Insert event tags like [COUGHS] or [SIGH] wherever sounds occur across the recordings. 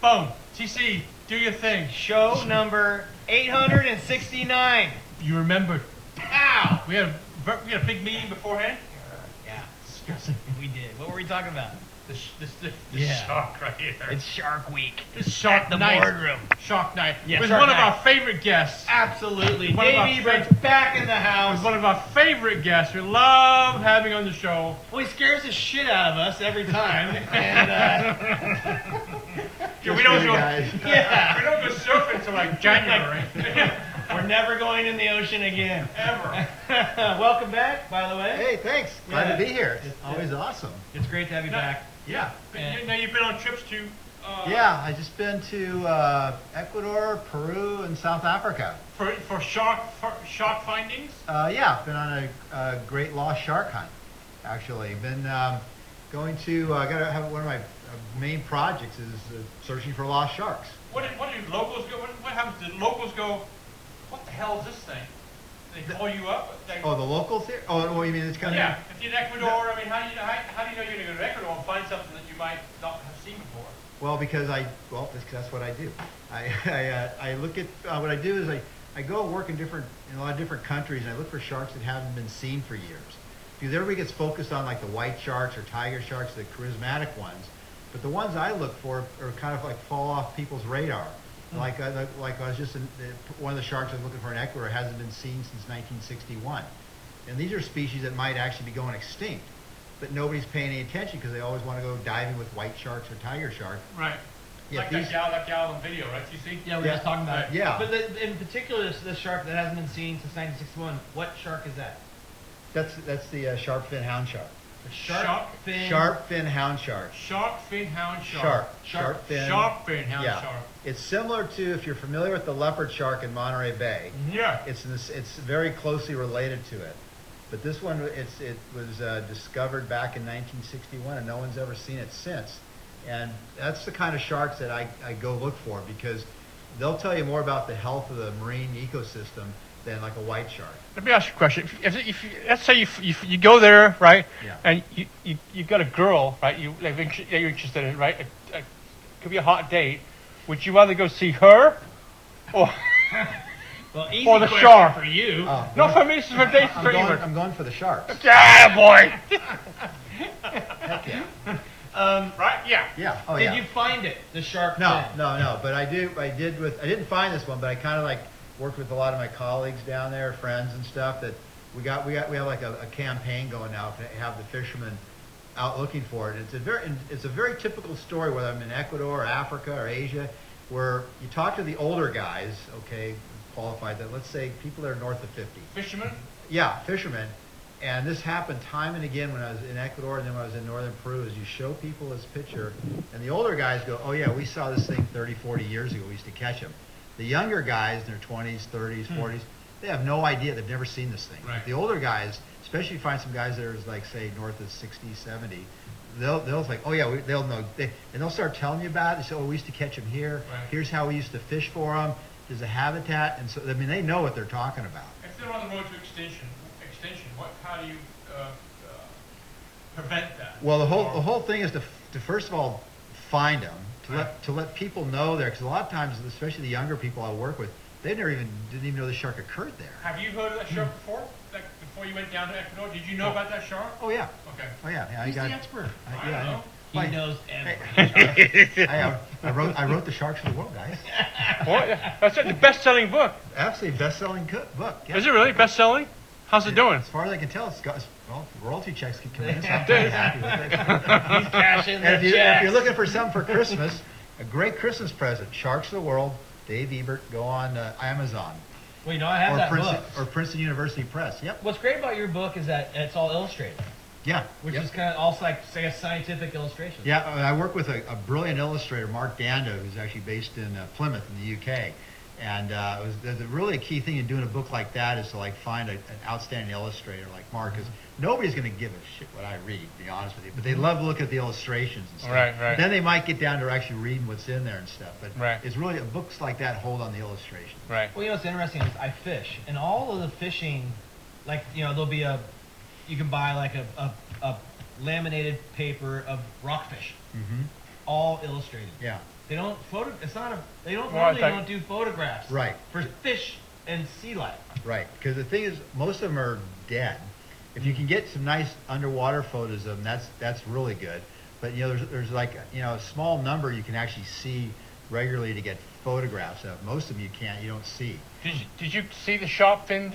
Boom. CC, do your thing. Show number 869. You remembered. Ow! We had a, ver- we had a big meeting beforehand. Yeah, Discussing we did. What were we talking about? this this, this, this Yeah. shark right here. It's Shark Week. this shark at the night. boardroom. Shark night. Yeah, was shark one night. of our favorite guests. Absolutely. One of our Dave friends- Ebert's back in the Was house. one of our favorite guests. We love having on the show. Well, he scares the shit out of us every time. and, uh, Yeah, we don't kidding, go. guys. [LAUGHS] yeah. We don't go surfing until [LAUGHS] like January. We're never going in the ocean again. [LAUGHS] Ever. Welcome back, by the way. Hey, thanks. Glad to be here. It's always awesome. It's great to have you No. back. Yeah. But you- Now you've been on trips to. Uh, Yeah, I just been to uh, Ecuador, Peru, and South Africa. For, for shark for shark findings. Uh, yeah, been on a, a great lost shark hunt. Actually, been um, going to. I uh, got to have one of my uh, main projects is uh, searching for lost sharks. What did, what did locals go? What, what happens? Did locals go? What the hell is this thing? They call you up. They, Oh, the locals here. Oh, what you mean it's coming? yeah. If you're in Ecuador, I mean, how do you know, how, how do you know you're going to go to Ecuador and find something that you might not have seen before? Well, because I well, that's, that's what I do. I [LAUGHS] I, uh, I look at uh, what I do is I I go work in different in a lot of different countries and I look for sharks that haven't been seen for years. Because everybody gets focused on like the white sharks or tiger sharks, the charismatic ones, but the ones I look for are kind of like fall off people's radar. Like I, like- like I was just in, the- one of the sharks I was looking for in Ecuador hasn't been seen since 1961, and these are species that might actually be going extinct, but nobody's paying any attention because they always want to go diving with white sharks or tiger sharks. Right. Yeah, like these- that gal, that gal in video, right? You see? Yeah, we were Yeah. just talking about it. Yeah. But the, in particular, this, this shark that hasn't been seen since 1961, what shark is that? That's that's the uh, sharp fin hound shark. The shark, Shark. fin. Sharp fin hound shark. Shark fin hound shark. Shark. Shark fin. Shark fin hound yeah. shark. It's similar to if you're familiar with the leopard shark in Monterey Bay. Yeah. It's in this, it's very closely related to it. But this one it's it was uh, discovered back in 1961 and no one's ever seen it since. And that's the kind of sharks that I, I go look for because they'll tell you more about the health of the marine ecosystem than like a white shark. Let me ask you a question. If, if, if you, let's say you, f- you, f- you go there, right, Yeah. and you, you, you got a girl, right, you, like, that you're interested in, right, it, could be a hot date, would you rather go see her or, Well, easy or the question shark? for you. Oh, No, for me, this is for dates I'm for going, even. I'm going for [LAUGHS] the sharks. Yeah, boy. Heck yeah. Um, Right? Yeah. Yeah. Oh did yeah. you find it? The shark No, fin? no, no. But I do. I did with. I didn't find this one, but I kind of like worked with a lot of my colleagues down there, friends and stuff. That we got. We got. We have like a, a campaign going now to have the fishermen out looking for it. It's a very. It's a very typical story whether I'm in Ecuador, or Africa, or Asia, where you talk to the older guys. Okay, qualified. That let's say people that are north of fifty. Fisherman? Yeah, fishermen. And this happened time and again when I was in Ecuador and then when I was in northern Peru is you show people this picture and the older guys go, oh yeah, we saw this thing 30, 40 years ago. We used to catch them. The younger guys in their 20s, 30s, 40s, they have no idea. They've never seen this thing. Hmm. Right. The older guys, especially if you find some guys that are like, say, north of 60, 70, they'll, they'll like, oh yeah, we, they'll know. They, and they'll start telling you about it. They say, oh, we used to catch them here. Right. Here's how we used to fish for them. There's a habitat. And so, I mean, they know what they're talking about. If they're on the road to extinction, extinction, what, how do you uh, uh, prevent that? Well, the whole Or- the whole thing is to, f- to first of all find them to let to let people know there because a lot of times, especially the younger people I work with, they never even didn't even know the shark occurred there. Have you heard of that shark before? Like before you went down to Ecuador, did you know about that shark? Oh yeah, Okay. oh yeah, yeah I He's got. the expert. I, I yeah, I don't know. know. He Like, knows everything. [LAUGHS] I, uh, I wrote I wrote the sharks for the world, guys. Well, yeah, that's it, the best-selling book. Absolutely best-selling cook, book. Yeah. Is it really best-selling? How's it doing? As far as I can tell, it's got it's- well royalty checks keep coming in. So [LAUGHS] I'm Dude. pretty happy with it. He's cashing And if, the you, if check. you're looking for something for Christmas, a great Christmas present, Sharks of the World, Dave Ebert, go on uh, Amazon. Well, you know, I have or that Princeton, book. or Princeton University Press. Yep. What's great about your book is that it's all illustrated, Yeah. which Yep. is kind of also like say a scientific illustration. Yeah, and I work with a, a brilliant illustrator, Mark Dando, who's actually based in uh, Plymouth in the UK. And uh, it was, the, the really key thing in doing a book like that is to like find a, an outstanding illustrator like Mark, because nobody's going to give a shit what I read, to be honest with you. But Mm-hmm. they love to look at the illustrations and stuff. Right, right. Then they might get down to actually reading what's in there and stuff. But Right. it's really books like that hold on the illustration. Right. Well, you know what's interesting is I fish, and all of the fishing, like you know, there'll be a, you can buy like a a, a laminated paper of rockfish, Mm-hmm. all illustrated. Yeah. They don't photo. It's not a. They don't Well, I normally thought- don't do photographs. Right. For fish and sea [LAUGHS] life. Right, because the thing is, most of them are dead. If you can get some nice underwater photos of them, that's that's really good. But you know, there's there's like you know a small number you can actually see regularly to get photographs of. Most of them you can't, you don't see. Did you, did you see the sharp finned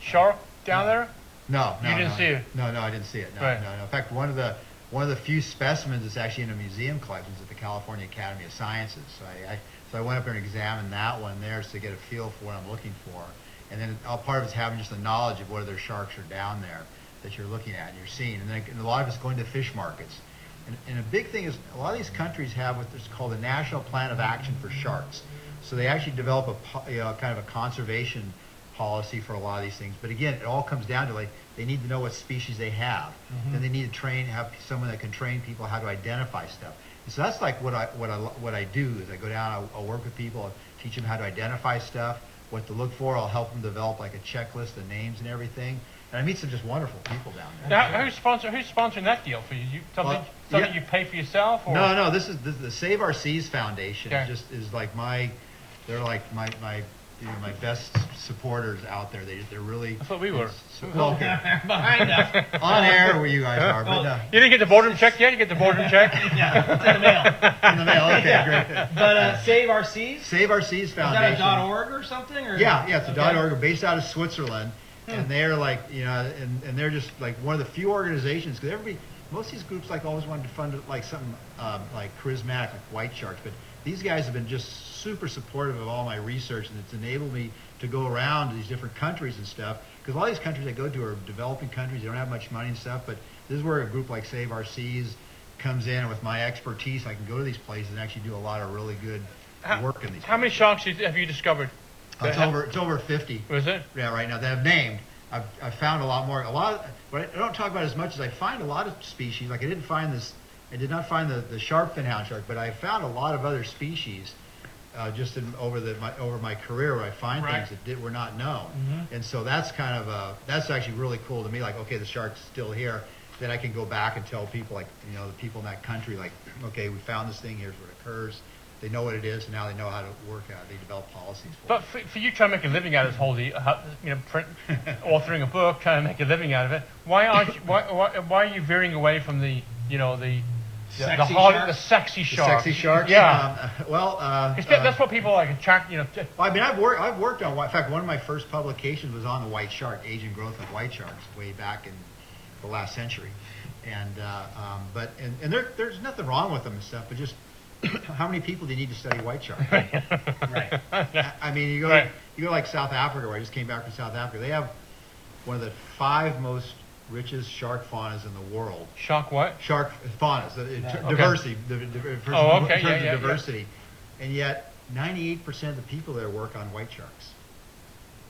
shark down there? No, no, You didn't no, see it? No, no, I didn't see it. No, Right. no, no. In fact, one of the one of the few specimens that's actually in a museum collection is at the California Academy of Sciences. So I, I so I went up there and examined that one there to get a feel for what I'm looking for. And then all part of it's having just the knowledge of what other sharks are down there that you're looking at and you're seeing. And then and a lot of it's going to fish markets. And, and a big thing is a lot of these countries have what's called the National Plan of Action for Sharks. So they actually develop a po- you know, kind of a conservation policy for a lot of these things. But again, it all comes down to like they need to know what species they have. Then they need to train have someone that can train people how to identify stuff. And so that's like what I what I what I do is I go down, I, I work with people, I teach them how to identify stuff, what to look for. I'll help them develop like a checklist, the names and everything. And I meet some just wonderful people down there. Now, who's sponsor? Who's sponsoring that deal for you? you something Well, something yeah. you pay for yourself? Or? No, no. This is this, the Save Our Seas Foundation. Okay. Just is like my, they're like my my, you know, my best supporters out there. They they're really. That's what we were. it's- well, okay. Behind us. On air, where you guys are, but uh, You didn't get the boardroom check yet. You get the boardroom [LAUGHS] check. Yeah, it's in the mail. in the [LAUGHS] mail. Okay, great. But uh, Save Our Seas. Save Our Seas Is that Foundation. a dot .org or something? Or Yeah, yeah, it's a Okay. dot org, based out of Switzerland, Hmm. and they're like, you know, and, and they're just like one of the few organizations because everybody, most of these groups like always wanted to fund like something um, like charismatic, like White Sharks, but these guys have been just super supportive of all my research, and it's enabled me to go around to these different countries and stuff because a lot of these countries I go to are developing countries, they don't have much money and stuff, but this is where a group like Save Our Seas comes in, and with my expertise, I can go to these places and actually do a lot of really good How- work in these. How many sharks you- have you discovered? It's over, it's over fifty Was it? yeah, right now that I've named. I've, I've found a lot more. A lot, of, what I don't talk about as much as I find a lot of species. Like I didn't find this, I did not find the, the sharp fin hound shark, but I found a lot of other species uh, just in, over the my, over my career where I find Right. Mm-hmm. things that did, were not known. And so that's kind of uh that's actually really cool to me. Like okay, the shark's still here. Then I can go back and tell people like you know the people in that country like okay, we found this thing. Here's what it occurs. They know what it is, and now they know how to work out. They develop policies for it. But for, for you trying to make a living out of this whole, deal, how- you know, [LAUGHS] print, authoring a book, trying to make a living out of it. Why aren't you? Why, why, why are you veering away from the, you know, the the, the, Sexy hard- sharks? the sexy The sharks? Sexy sharks. Yeah. Um, well, uh, It's- uh, that's what people like attract. You know, t- well, I mean, I've worked. I've worked on. one- In fact, one of my first publications was on the white shark, age and growth of white sharks, way back in the last century. And uh, um, but and, and there, there's nothing wrong with them and stuff, but just [COUGHS] how many people do you need to study white shark? Right. I I mean, you go Right. you go like South Africa, where I just came back from South Africa. They have one of the five most richest shark faunas in the world. shark what? shark faunas, the, the Yeah. Okay. diversity, the, the, in Oh, terms of- okay, in terms yeah, yeah, of diversity, and yet 98% of the people there work on white sharks,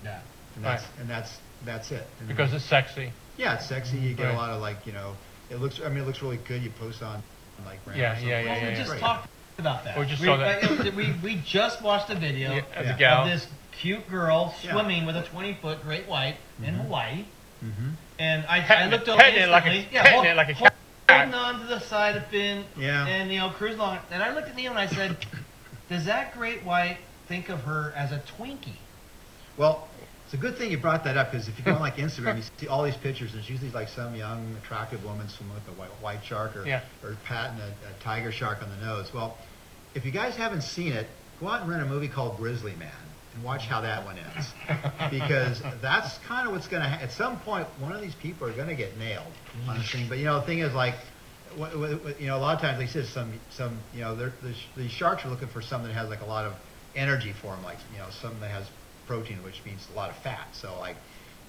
Yeah. and that's and that's that's it. And Because it's sexy. yeah, it's sexy. You get Right. a lot of like you know, it looks. I mean, it looks really good. You post on like Ram or Yeah, something. yeah, Well, yeah, we yeah. just Right. talked about that. We just we, saw that. I- we, we just watched a video Yeah, as Yeah. a gal. of this cute girl Yeah. swimming with a 20 foot great white in Hawaii. Mhm. And I, I Mm-hmm. Petting looked it up petting it like a- instantly. yeah, petting hold- it like a hold- cat. holding on to the side of Finn. Yeah. And you know, cruise along. And I looked at Neil and I said, "Does that great white think of her as a Twinkie?" Well, it's a good thing you brought that up because if you go on like Instagram, you see all these pictures. There's usually like some young, attractive woman swimming with a white, white shark or Yeah. or patting a, a tiger shark on the nose. Well, if you guys haven't seen it, go out and rent a movie called Grizzly Man and watch how that one [LAUGHS] ends because that's kind of what's going to ha- at some point one of these people are going to get nailed on this thing. But you know, the thing is like. wh- wh- wh- You know, a lot of times they say some, some, you know, they're, the, sh- the sharks are looking for something that has like a lot of energy for them, like you know, something that has protein, which means a lot of fat. So like,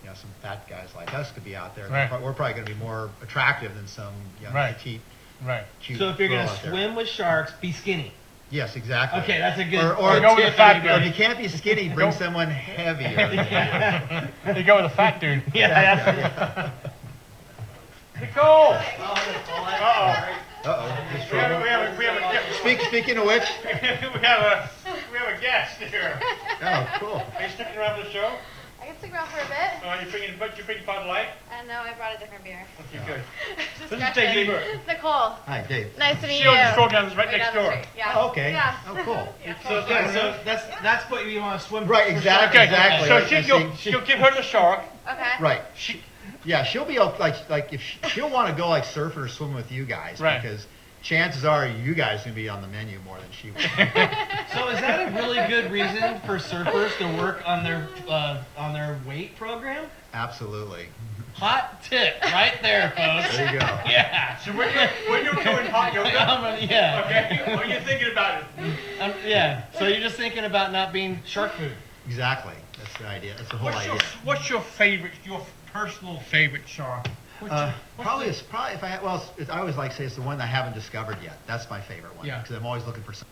you know, some fat guys like us could be out there. Right. We're probably going to be more attractive than some young Right. petite Right. cute so if you're girl gonna out there. swim with sharks, be skinny. yes, exactly. Okay, that's a good. Or- or good go with tip the fat for girl. If anybody. you can't be skinny, bring Don't- [LAUGHS] someone heavier. You go with a fat [LAUGHS] dude. Yeah, that's- Nicole. Uh-oh, just We have, trouble. we have, a- we have a guest. Speak, speaking of which, we have a [LAUGHS] we have a guest here. oh, cool. Are you sticking around for the show? I can stick around for a bit. Uh, you bringing but you bringing Bud Light? I Uh, no, I brought a [LAUGHS] different beer. Okay, good. Just This is scratching. J.D. Burke. Nicole, Hi, Dave. nice to meet She you. owns this program that's right Way next down the door. street, Yeah. Oh, okay. Yeah. Oh, cool. Yeah. So, yeah, so that's that's what you want to swim. Right, exactly, Okay, exactly. so she, You see, you'll, she- you'll give her the shark. Okay. Right. She, Yeah, she'll be okay, like like if she, she'll want to go like surfing or swimming with you guys Right. because chances are you guys gonna be on the menu more than [LAUGHS] she will. So is that a really good reason for surfers to work on their uh, on their weight program? Absolutely. Hot tip right there, [LAUGHS] folks. [LAUGHS] There you go. Yeah. so when you're, when you're doing hot yoga, I'm a- yeah. okay, what are you thinking about it? Um, yeah. So you're just thinking about not being shark food. Exactly. That's the idea. That's the whole What's your, idea. what's your favorite, your personal favorite shark? What's Uh, your- what's probably the- it's probably if I had- well it's, it's, I always like to say it's the one that I haven't discovered yet. That's my favorite one Yeah. because I'm always looking for some.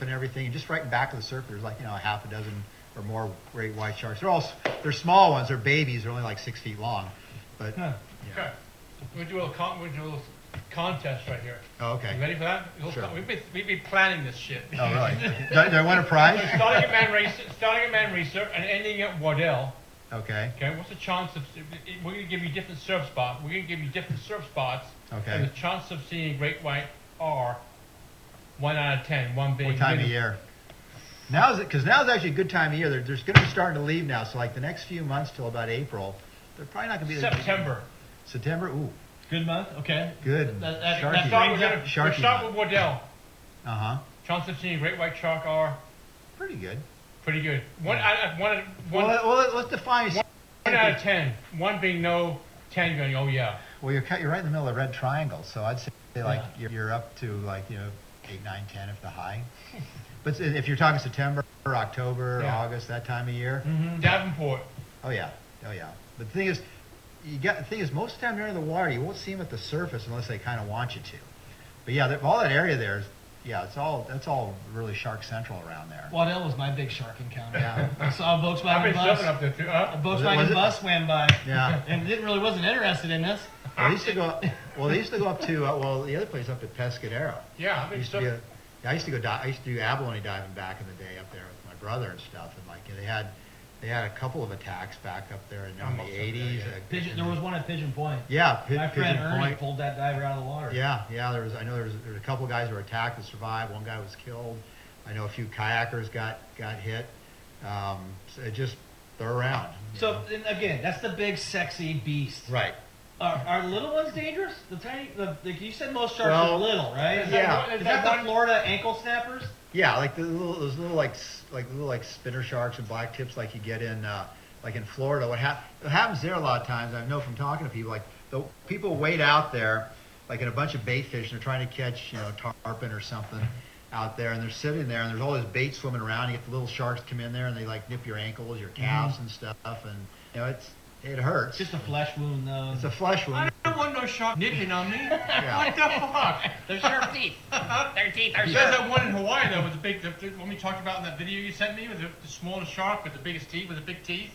and everything, and just right in back of the surf, there's like you know a half a dozen or more great white sharks. They're all s- they're small ones. They're babies. They're only like six feet long. But Huh. Okay, yeah. we do a little con, we do a little contest right here. Oh, You okay. ready for that? We'll Sure. start- We've been, we've been planning this shit. Oh really? do, do I win a prize? Starting at Man Racer, starting at Man Racer and ending at Waddell. Okay. Okay, what's the chance of, we're gonna give you different surf spots, we're gonna give you different surf spots. Okay. And the chance of seeing a great white are one out of ten, one being. What time of minimum. year? Now's because now's actually a good time of year. They're, they're going to be starting to leave now. So like the next few months till about April, they're probably not going to be September. September. Ooh, Good month. Okay. good. That- that- Sharky. that's Start with, Yeah, gonna- sharky we'll start month. with Waddell. Uh huh. Chance of seeing a great white shark are Pretty good. pretty good. One out of, one, one, Well, let- well, let- let's define. one out of ten, one being no, ten going, oh yeah. Well, you're cut. You're right in the middle of the red triangle, so I'd say like you're, you're up to like you know eight, nine, ten if the high. but if you're talking September, October, Yeah. Mm-hmm. August, that time of year, Davenport, oh yeah, oh yeah. But the thing is, you got the thing is most of the time you're under the water, you won't see them at the surface unless they kind of want you to. But yeah, that- all that area there is yeah, it's all that's all really Shark Central around there. [LAUGHS] Waddell was my big shark encounter. Yeah. I saw a Volkswagen I've been bus. shoving up there too. Uh, A Huh? Volkswagen was it- bus went by. Yeah. And it really wasn't interested in this. Well, they used to go. Up, well, they used to go up to uh, well the other place up at Pescadero. Yeah, I've I been used to, be shoving. a, yeah, I used to go. Di- I used to do abalone diving back in the day up there with my brother and stuff. And like they had, they had a couple of attacks back up there in, in Almost the up there, eighties. yeah. uh, Pigeon, there was one at Pigeon Point. yeah, Pi- My friend Pigeon Ernie Point. pulled that diver out of the water. Yeah, yeah. There was. I know there was. There was a couple guys who were attacked and survived. One guy was killed. I know a few kayakers got got hit. Um, so it just they're around. you So know. and again, that's the big sexy beast. right. Are, are little ones dangerous? The tiny, the, the, you said most sharks Well, are little, right? Is yeah. That, is Is that that, the one- Florida ankle snappers? Yeah, like the little those little like s- like little like spinner sharks and black tips like you get in uh, like in Florida. What, hap- what happens there a lot of times? I know from talking to people like the people wait out there like in a bunch of bait fish and they're trying to catch you know tarpon or something out there and they're sitting there and there's all this bait swimming around. You get the little sharks come in there and they like nip your ankles, your calves and stuff, and you know it's it hurts. It's Mm-hmm. just a flesh wound, though. it's a flesh I wound. don't want no shark nipping on me. What [LAUGHS] Yeah. the fuck? They're [LAUGHS] sharp teeth. Their teeth are There's sharp. that one in Hawaii though with the big, the, the one we talked about in that video you sent me with the, the smallest shark with the biggest teeth, with the big teeth.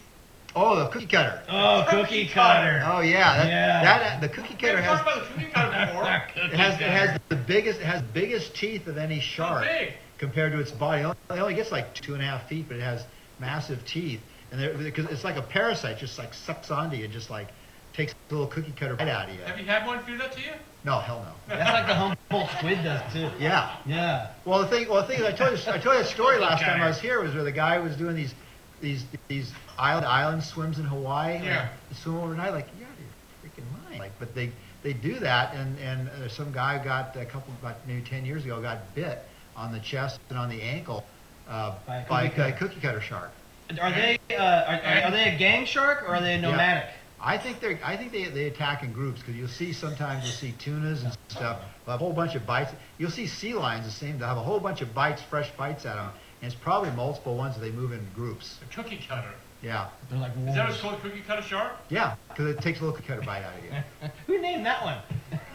Oh, the cookie cutter. oh, cookie cutter. Oh yeah, that, Yeah. that the cookie We cutter haven't has talked about the cookie cutter before. It has, it has the biggest it has biggest teeth of any shark big? compared to its body. It only- It only gets like two and a half feet, but it has massive teeth, and they're- because it's like a parasite, just like sucks onto you, and just like takes a little cookie cutter right out of you. Have you had one do that to you? No, hell no. That's like the Humboldt squid does, too. Yeah. Yeah. Well, the thing, well, the thing is, I told you, I told you that story last time I was here was where the guy was doing these, these, these island island swims in Hawaii. and Yeah. you swim overnight, like yeah, you're freaking mind. Like, but they they do that, and and uh, some guy got a couple about maybe ten years ago got bit on the chest and on the ankle uh, By a by, cookie cutter. a cookie cutter shark. Are they uh, are, are- are they a gang shark or are they nomadic? I think they I think they, they attack in groups because you'll see sometimes you'll see tunas and stuff will have a whole bunch of bites. You'll see sea lions the same. They'll have a whole bunch of bites, fresh bites at them, and it's probably multiple ones that they move in groups. The cookie cutter. Yeah, They're like Is that what wolves. it's called, cookie cutter shark? yeah, because it takes a little cutter bite out of you. Who named that one?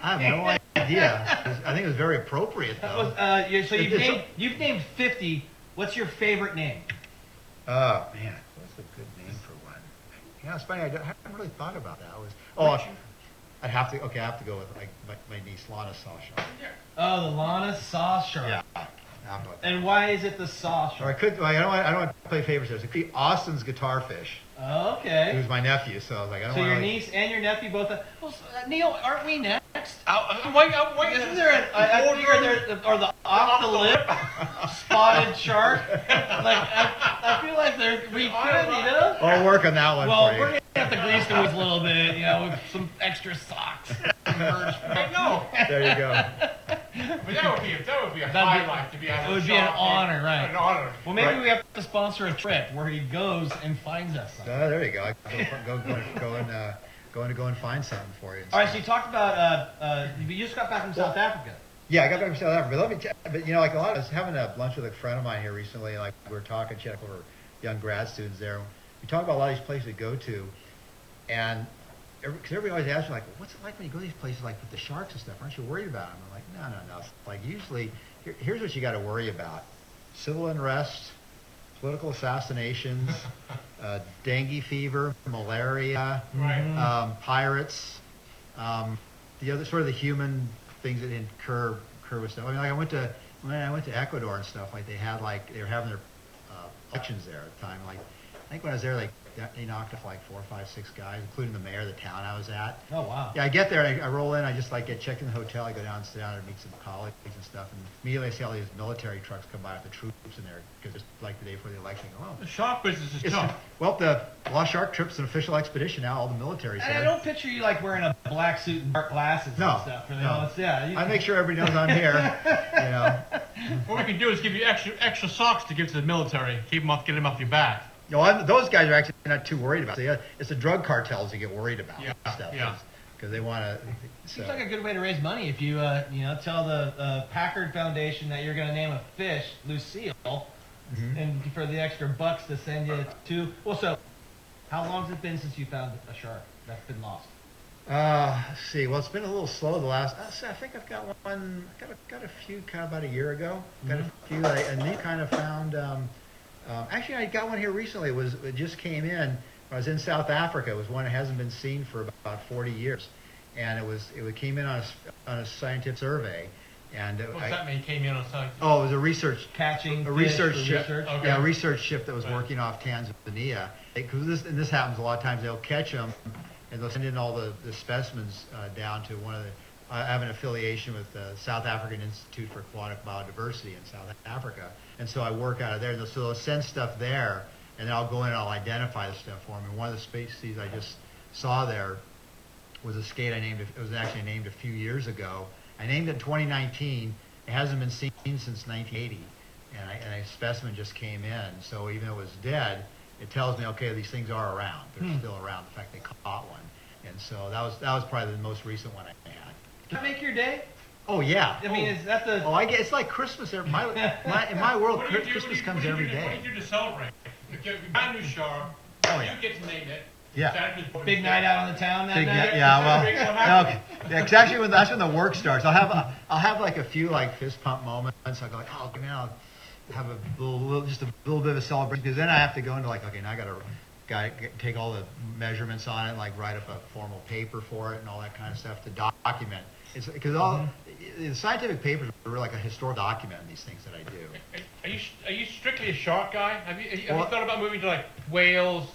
I have no idea. It was- I think it was very appropriate That was, though. uh, you- so It you've is- named you've named fifty. What's your favorite name? Oh man, that's a good name for one. Yeah, it's funny. I, don't- I haven't really thought about that. I was oh, I'd have to okay. I have to go with like my, my niece Lana saw shark. Oh, the Lana Saw Shark. Yeah, I have to go with that. And why is it the Saw Or I Shark? could. Like, I don't. Want, I don't want to play favorites. There. It could be Austin's guitar fish. Oh, He okay. was my nephew, so I was like, I don't So want your to. niece and your nephew both. Are, well, s- uh, Neil, aren't we next? wait, uh, wait, Isn't there an I, I Before figure you're- there or the off the lip spotted shark? Like I, I feel like there we could, you know. I'll work on that one Well, for you. we're gonna have to grease those a little bit, you know, with some extra socks. I know. There you go. [LAUGHS] Uh, But that would be a, that would be a That'd be- highlight to be out it of would the be an shark. honor, right. An honor. Well, maybe Right. we have to sponsor a trip where he goes and finds us. Something. Uh, there you go. I can Go go go, go and uh, go and go and find something for you. and All right, stuff. so you talked about uh, uh, you just got back from South Africa. Yeah, I got back from South Africa. But let me, t- but you know, like a lot of us having a lunch with a friend of mine here recently, and like we were talking, she had a couple of her young grad students there. We talk about a lot of these places to go to, and because everybody always asks me, like, what's it like when you go to these places, like with the sharks and stuff? Aren't you worried about them? I'm like, no, no, no. It's Like usually, here, here's what you got to worry about: civil unrest, political assassinations, uh, dengue fever, malaria Right. um, pirates, um, the other sort of the human things that incur occur with stuff. I mean, like I went to when I went to Ecuador and stuff, like they had like they were having their uh, elections there at the time. Like I think when I was there, like that- they knocked off like four, five, six guys, including the mayor of the town I was at. Oh wow. Yeah, I get there, I, I roll in, I just like get checked in the hotel, I go down, sit down, and meet some colleagues and stuff, and immediately I see all these military trucks come by with the troops in there because it's like the day before the election. I go, The Oh, shark business is it's, tough. well, the Lost Shark trip's an official expedition now. All the military's And I there. don't picture you like wearing a black suit and dark glasses No, and stuff. Really. no. Yeah. You, I make sure everybody knows I'm here. You know. What we can do is give you extra extra socks to give to the military. Keep them off, get them off your back. No, I'm, those guys are actually not too worried about. it. It's the drug cartels that get worried about Yeah, stuff. yeah. Because they want to. Seems like a good way to raise money if you, uh, you know, tell the uh, Packard Foundation that you're going to name a fish Lucille, Mm-hmm. and for the extra bucks to send you to. Well, so how long's it been since you found a shark that's been lost? Uh, let's see. Well, it's been a little slow the last. I see, I think I've got one. Got a, got a few kind of about a year ago. Got a few, I, and then kind of found. Um, um, actually, I got one here recently. It was it just came in. I was in South Africa. It was one that hasn't been seen for about 40 years, and it was it came in on a s- on a scientific survey, and it, What's I, that mean? Came in on site. oh, it was a research Catching a fish research for ship, research. Okay. yeah, a research ship that was Right. working off Tanzania. Because this and this happens a lot of times. They'll catch them, and they'll send in all the, the specimens uh, down to one of the. I have an affiliation with the South African Institute for Aquatic Biodiversity in South Africa, and so I work out of there. And they'll- so they'll send stuff there, and I'll go in and I'll identify the stuff for them. And one of the species I just saw there was a skate I named. It was actually named a few years ago. I named it in 2019. It hasn't been seen since 1980, and, I, and a specimen just came in. So even though it was dead, it tells me okay, these things are around. They're Hmm. still around. The fact they caught one, and so that was that was probably the most recent one I had. Does that make your day? Oh yeah. I mean, is that the oh, I get it's like Christmas. every- My, my in my world, What do you do- Christmas what do you- comes what do you every do to- What day. do you do to celebrate? You get you buy a new shower. Oh, yeah. You get to name it. Yeah. Saturday's born big is night dead. out on the town that Big night? net- yeah, well, Big one no, okay. yeah, 'cause actually when that's when the work starts. I'll have a, I'll have like a few like fist pump moments. I'll go like, oh, come on, I'll have a little, little- just a little bit of a celebration because then I have to go into like, okay, now I gotta, gotta get, take all the measurements on it, like write up a formal paper for it and all that kind of stuff to document. It's because all the scientific papers are really like a historical document in these things that I do. Are you are you strictly a shark guy? Have you have you, have Well- you thought about moving to like whales,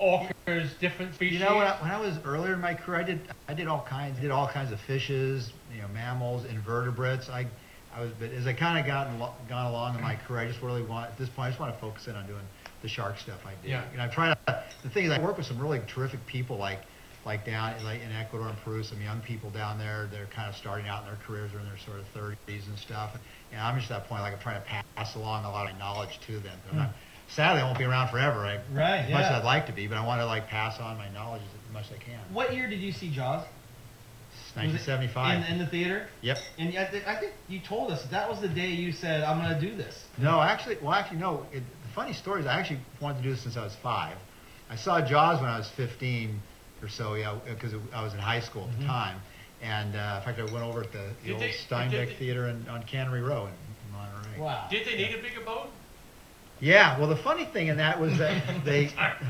orcas, different You species? know, when I, when I was earlier in my career, I did I did all kinds did all kinds of fishes, you know, mammals, invertebrates. I I was, but as I kind of gotten lo- gone along in [CLEARS THROAT] my career, I just really want at this point I just want to focus in on doing the shark stuff I do. Yeah. And I try to the thing is I work with some really terrific people like like down in, like in Ecuador and Peru, some young people down there that are kind of starting out in their careers or in their sort of 30s and stuff. And I'm just at that point like I'm trying to pass along a lot of knowledge to them. But I'm not, sadly, I won't be around forever. I, Hmm. Right, As much as yeah. I'd like to be, but I want to like pass on my knowledge as much as I can. What year did you see Jaws? It's Was it 1975. In, in the theater? yep. And I, thi- I think you told us that was the day you said, I'm going to do this. No, actually, well, actually, no. It, the funny story is I actually wanted to do this since I was five. I saw Jaws when I was 15 or so, yeah, because I was in high school at the time. And uh, in fact, I went over at the, the Did old they- Steinbeck did they- Theater in, on Cannery Row in, in Monterey. Wow. Did they need a bigger boat? Yeah, well, the funny thing in that was that they,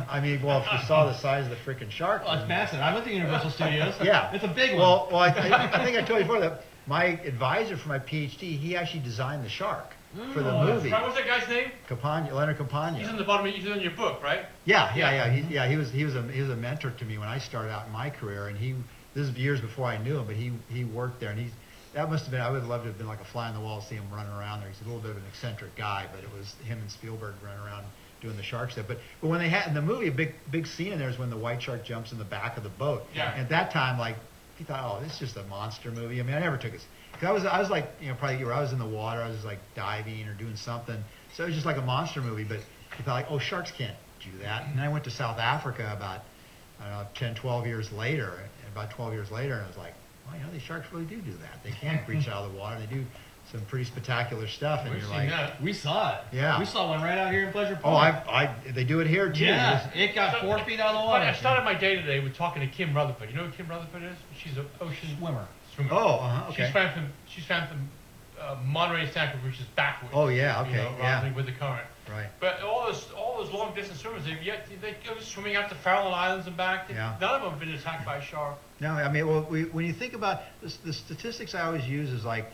I mean, well, if you saw the size of the freaking shark, Well, it's massive. I went to Universal Studios. [LAUGHS] Yeah. It's a big one. Well, well I, I, I think I told you before that my advisor for my PhD, he actually designed the shark for the Oh, movie. Right, what's that guy's name? Campagna, Leonard He's in Campagna. the bottom. Of, he's in your book, right? Yeah, yeah, yeah. He, yeah, he was he was a he was a mentor to me when I started out in my career, and he this is years before I knew him, but he he worked there, and he that must have been I would have loved to have been like a fly on the wall, to see him running around there. He's a little bit of an eccentric guy, but it was him and Spielberg running around doing the shark stuff. But but when they had in the movie, a big big scene in there is when the white shark jumps in the back of the boat. Yeah. And at that time, like he thought, oh, this is just a monster movie. I mean, I never took it. Cause I was, I was like, you know, probably where I was in the water, I was like diving or doing something. So it was just like a monster movie. But I thought like, oh, sharks can't do that. And then I went to South Africa about, I don't know, 10, 12 years later, and about 12 years later, and I was like, well, you know, these sharks really do do that. They can reach out of the water. They do some pretty spectacular stuff. And We've you're seen like, that. we saw it. Yeah. We saw one right out here in Pleasure oh, Point. I, I, they do it here too. Yeah. It got four feet out of the But I water. started my day today with talking to Kim Rutherford. You know who Kim Rutherford is? She's an ocean Swimmer. swimmer. Oh, uh-huh, okay. She's found from she's found from uh, Monterey Sanford, which is backwards. Oh, yeah, You okay, know, rather yeah. than with the current. Right. But all those all those long distance swimmers, they've yet they go swimming out to Farallon Islands and back. Yeah. None of them have been attacked by a shark. No, I mean, well, we, when you think about the, the statistics, I always use is like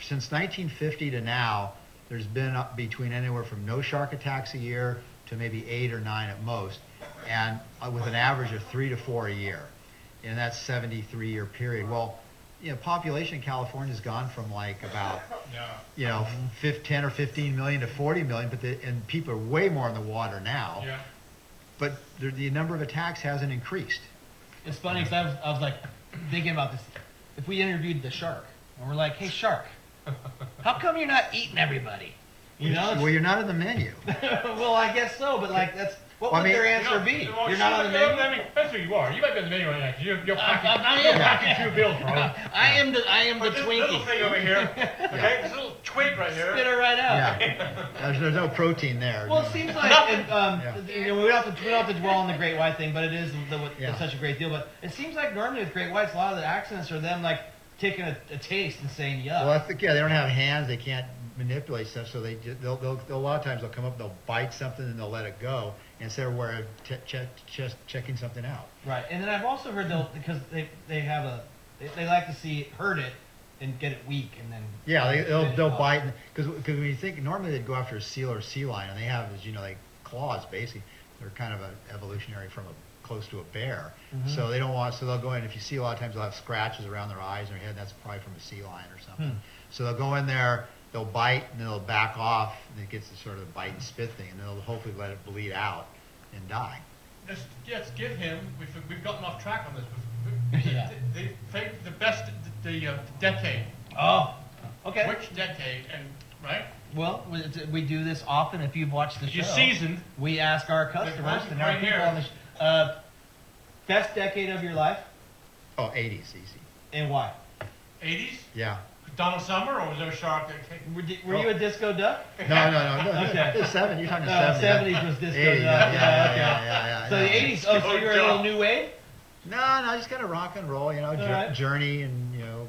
since 1950 to now, there's been up between anywhere from no shark attacks a year to maybe eight or nine at most, and uh, with an average of three to four a year, in that 73 year period. Well, you know, population in California has gone from like about Yeah. you know, fif- 10 or 15 million to 40 million, but the, and people are way more in the water now. Yeah. But the, the number of attacks hasn't increased. It's funny because I was, I was like thinking about this. If we interviewed the shark and we're like, hey, shark, how come you're not eating everybody? You know? [LAUGHS] well, you're not in the menu. it's- well, I guess so, but like that's What Well, I would mean- their You answer know, be? well, You're not on the you're menu. That's who you are. You might be on the menu right now. 'cause You're, you're I'm- packing, [LAUGHS] I'm not you're in. packing two bills, bro. I am the I am the But this little [LAUGHS] Twinkie. thing over here, okay, this little twig right here. Spit her right out. Yeah. [LAUGHS] There's, there's no protein there. Well, no. it seems like, and, um, Yeah. you know, we don't, have to, we don't have to dwell on the great white thing, but it is the, what, Yeah. it's such a great deal. But it seems like normally with great whites, a lot of the accidents are them like taking a, a taste and saying yuck. Well, I think yeah, they don't have hands. They can't manipulate stuff, so they ju- they'll, they'll, they'll a lot of times they'll come up, they'll bite something, and they'll let it go instead of where t- check, just checking something out. Right, and then I've also heard they'll because they they have a they, they like to see hurt it and get it weak and then Yeah, they, they'll finish they'll off. bite because because when you think normally they'd go after a seal or a sea lion, and they have as you know like claws basically. They're kind of an evolutionary from a close to a bear, Mm-hmm. so they don't want. So they'll go in. If you see a lot of times they'll have scratches around their eyes and their head. That's probably from a sea lion or something. Hmm. So they'll go in there. They'll bite and then they'll back off, and it gets the sort of bite and spit thing, and then they'll hopefully let it bleed out and die. Let's, let's give him. We've, we've gotten off track on this. [LAUGHS] Yeah. The, the, the, the best the uh, decade. Oh, okay. Which decade? And right? well, we, it's- we do this often. If you've watched the You show, seasoned. we ask our customers There's and our one right people here. on the sh- uh, best decade of your life Oh, 80s easy. and why. 80s. Yeah. Donald Summer, or was there a shark that came? Were, di- were you a disco duck? No, no, no, no. [LAUGHS] Okay. It's seven. You're talking No, seventy. [LAUGHS] seventies was disco. 80, duck. yeah, yeah, yeah, okay. yeah, yeah, yeah, So the yeah. eighties. Oh, so Disco you were a little duck. new wave. No, no, just kind of rock and roll, you know, Jour- Alright. Journey and you know,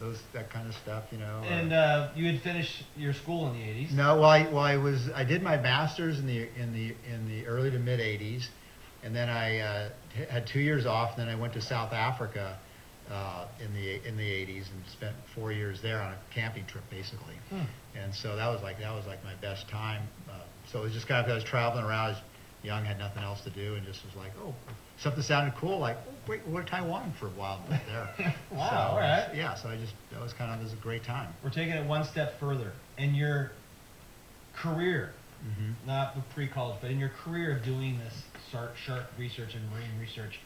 those that kind of stuff, you know. or- And uh, you had finished your school in the eighties. no, well, I, well, I was I did my masters in the in the in the early to mid '80s, and then I uh, h- had two years off. And then I went to South Africa uh, in the in the '80s and spent four years there on a camping trip, basically. Hmm. And so that was like that was like my best time. Uh, so it was just kind of I was traveling around. I was young, had nothing else to do, and just was like, oh, something sounded cool. Like, oh, wait, we're Taiwan for a while and went there. [LAUGHS] Wow, So, all right. Yeah, so I just that was kind of it was a great time. We're taking it one step further in your career, not the pre-college, but in your career of doing this shark, shark research and marine research,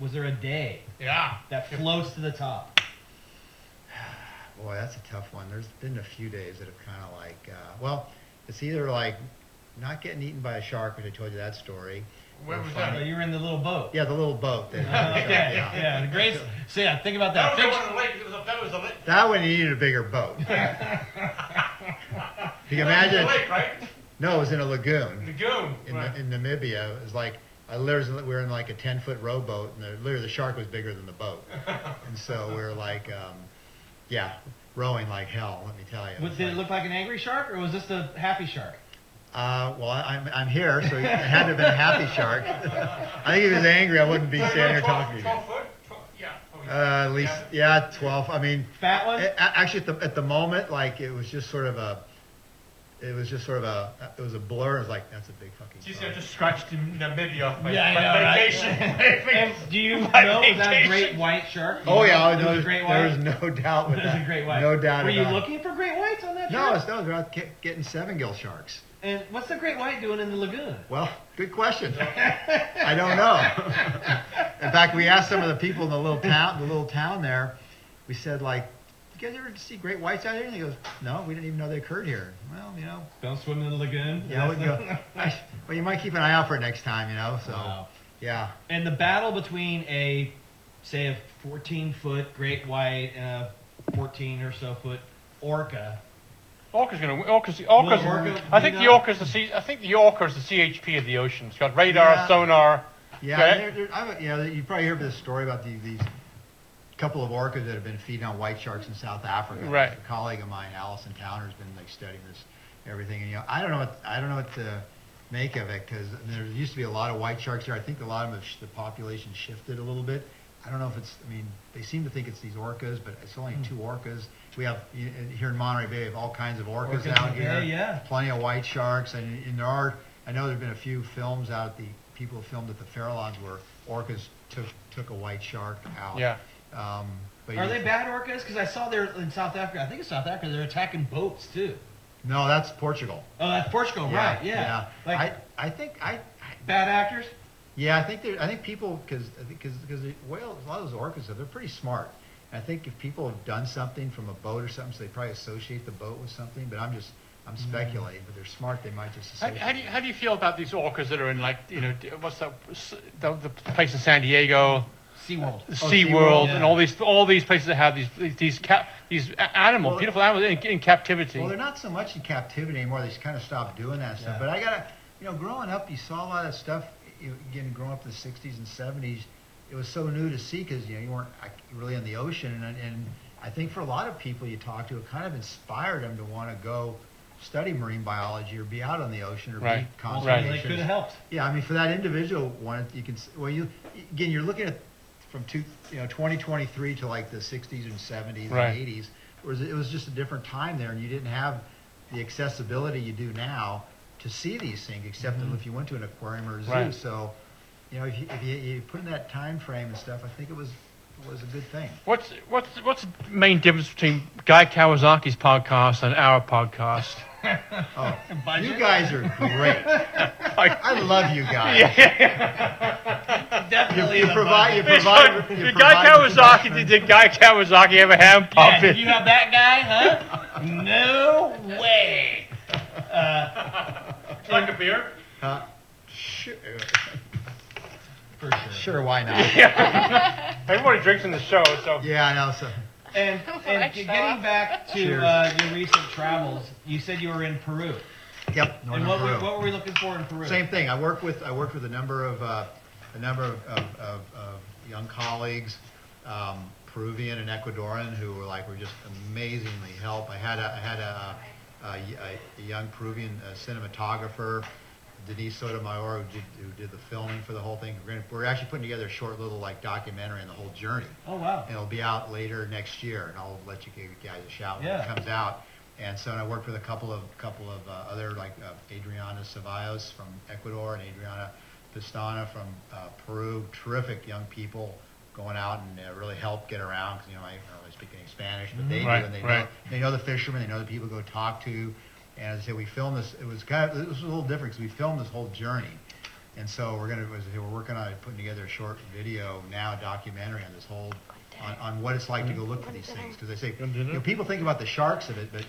was there a day Yeah. that floats to the top? Boy, that's a tough one. There's been a few days that have kind of like, uh, well, it's either like not getting eaten by a shark, which I told you that story. Where or was finding- So you were in the little boat. Yeah, the little boat. That, Okay, yeah. the Grace. So yeah, think about That that. was the one on Think- the lake. It was a, that was a lake. That one, you needed a [LAUGHS] bigger boat. If you can That was imagine, a lake, right? no, it was in a lagoon Lagoon. in, right. Na- in Namibia. It was like, I literally, we were in like a 10 foot rowboat, and the, literally the shark was bigger than the boat. And so we were like, um, yeah, rowing like hell, let me tell you. what- did it look like an angry shark, or was this a happy shark? Uh, well, I- I'm, I'm here, so it had to have been a happy shark. I think if he was angry, I wouldn't be So, standing here no, 12 talking to you. 12 foot? 12 yeah. Oh, yeah. Uh, at least, yeah, 12. I mean, Fat one. a- a- actually, at the, at the moment, like, it was just sort of a, it was just sort of a, it was a blur. It was like, that's a big fucking Geez, I shark. just scratched Namibia off my, Yeah, I my know, right? [LAUGHS] vacation. And do [LAUGHS] you know My was that a vacation. great white shark? Do you Oh, know yeah, it there was a was, great there was white. no doubt with It was that. a great white. No doubt Were you about it. looking for great whites on that? No, shark? it's no, they're out ge- getting seven gill sharks. And what's the great white doing in the lagoon? Well, good question. I don't know. In fact, we asked some of the people in the little town, the little town there. We said like, "You guys ever see great whites out here?" And he goes, "No, we didn't even know they occurred here." Well, you know, Don't swim in the lagoon. yeah, we That's the- go, I, well, you might keep an eye out for it next time, you know. So, Wow. yeah, And the battle between a, say, a 14 foot great white and a 14 or so foot orca. Orca's gonna win. Orca's, orca's- orca's, orca I think win the out? orca's the C, I think the orca's the CHP of the ocean. It's got radar, Yeah. sonar. yeah. Okay. There, there, I, you know, you probably heard this story about the, these couple of orcas that have been feeding on white sharks in South Africa. Right. A colleague of mine, Allison Towner, has been like studying this, everything, and you know, I don't know, what, I don't know what to make of it because there used to be a lot of white sharks here. I think a lot of them have, sh- the population shifted a little bit. I don't know if it's. I mean, they seem to think it's these orcas, but it's only Hmm. two orcas. We have you- here in Monterey Bay, we have all kinds of orcas, Orcas out in the here. bay, yeah. Plenty of white sharks, and, and there are. I know there've been a few films out at the people filmed at the Farallons where orcas took took a white shark out. Yeah. Um, but Are you- they bad orcas? Because I saw they're in South Africa. I think it's South Africa. They're attacking boats too. No, that's Portugal. Oh, that's Portugal, right? Yeah. Like I, I think I, I bad actors. yeah, I think there, I think people because because because whales a lot of those orcas stuff, they're pretty smart. And I think if people have done something from a boat or something, so they probably associate the boat with something. But I'm just I'm speculating, but they're smart. They might just. Mm. How, how, do you, associate. how do you feel about these orcas that are in like you know d- what's that s- the, the place in San Diego, SeaWorld. Sea Oh, SeaWorld, World, yeah. and all these all these places that have these these, these cap these a- animals, Well, beautiful animals in, in captivity. Well, they're not so much in captivity anymore. They just kind of stopped doing that stuff. Yeah. But I gotta, you know, growing up, you saw a lot of stuff. You, again, growing up in the '60s and '70s, it was so new to see because you know you weren't like, really in the ocean, and and I think for a lot of people you talk to, it kind of inspired them to want to go study marine biology or be out on the ocean or Right. be Right. conservation. They could have helped. Yeah, I mean, for that individual one, you can, s- well, you, again, you're looking at from two, you know, 2023 to like the 60s and 70s Right. and 80s, whereas it was just a different time there, and you didn't have the accessibility you do now to see these things, except if you went to an aquarium or a zoo. Mm-hmm. Right. So, you know, if you, if you, you put in that time frame and stuff, I think it was was a good [LAUGHS] thing. What's what's what's the main difference between Guy Kawasaki's podcast and our [LAUGHS] [LAUGHS] podcast? Oh, Budget? you guys are [LAUGHS] great. Like, I love you guys. You, Definitely. you the provide, you budget. provide, [LAUGHS] you did Guy provide Kawasaki did, did Guy Kawasaki ever have Yeah, pop did it? you have that guy, huh? no way. like a beer? Uh, sure, For sure. sure, why not? [LAUGHS] Everybody drinks in the show, so Yeah, I know. So, And, and Like getting that. back to Cheers. uh, your recent travels, you said you were in Peru. yep. Northern and what Peru. were, what were we looking for in Peru? Same thing. I work with I worked with a number of uh, a number of, of, of, of young colleagues, um, Peruvian and Ecuadorian, who were like were just amazingly helped. I had a I had a, a, a, a young Peruvian uh, cinematographer, Denise Sotomayor, who did, who did the filming for the whole thing. We're, gonna, we're actually putting together a short little like documentary on the whole journey. Oh wow. and it'll be out later next year, and I'll let you give you guys a shout when Yeah. it comes out. And so, and I worked with a couple of couple of uh, other like uh, Adriana Ceballos from Ecuador and Adriana Pistana from uh, Peru. Terrific young people going out and uh, really help get around because you know I don't really speak any Spanish, but they Right, do, and they right. know they know the fishermen, they know the people to go talk to. And as I said, we filmed this. It was kind of this was a little different because we filmed this whole journey. And so we're gonna, as I say, we're working on putting together a short video now, documentary on this whole, on, on what it's like to go look for these things. Because I say, you Mm-hmm. know, people think about the sharks of it, but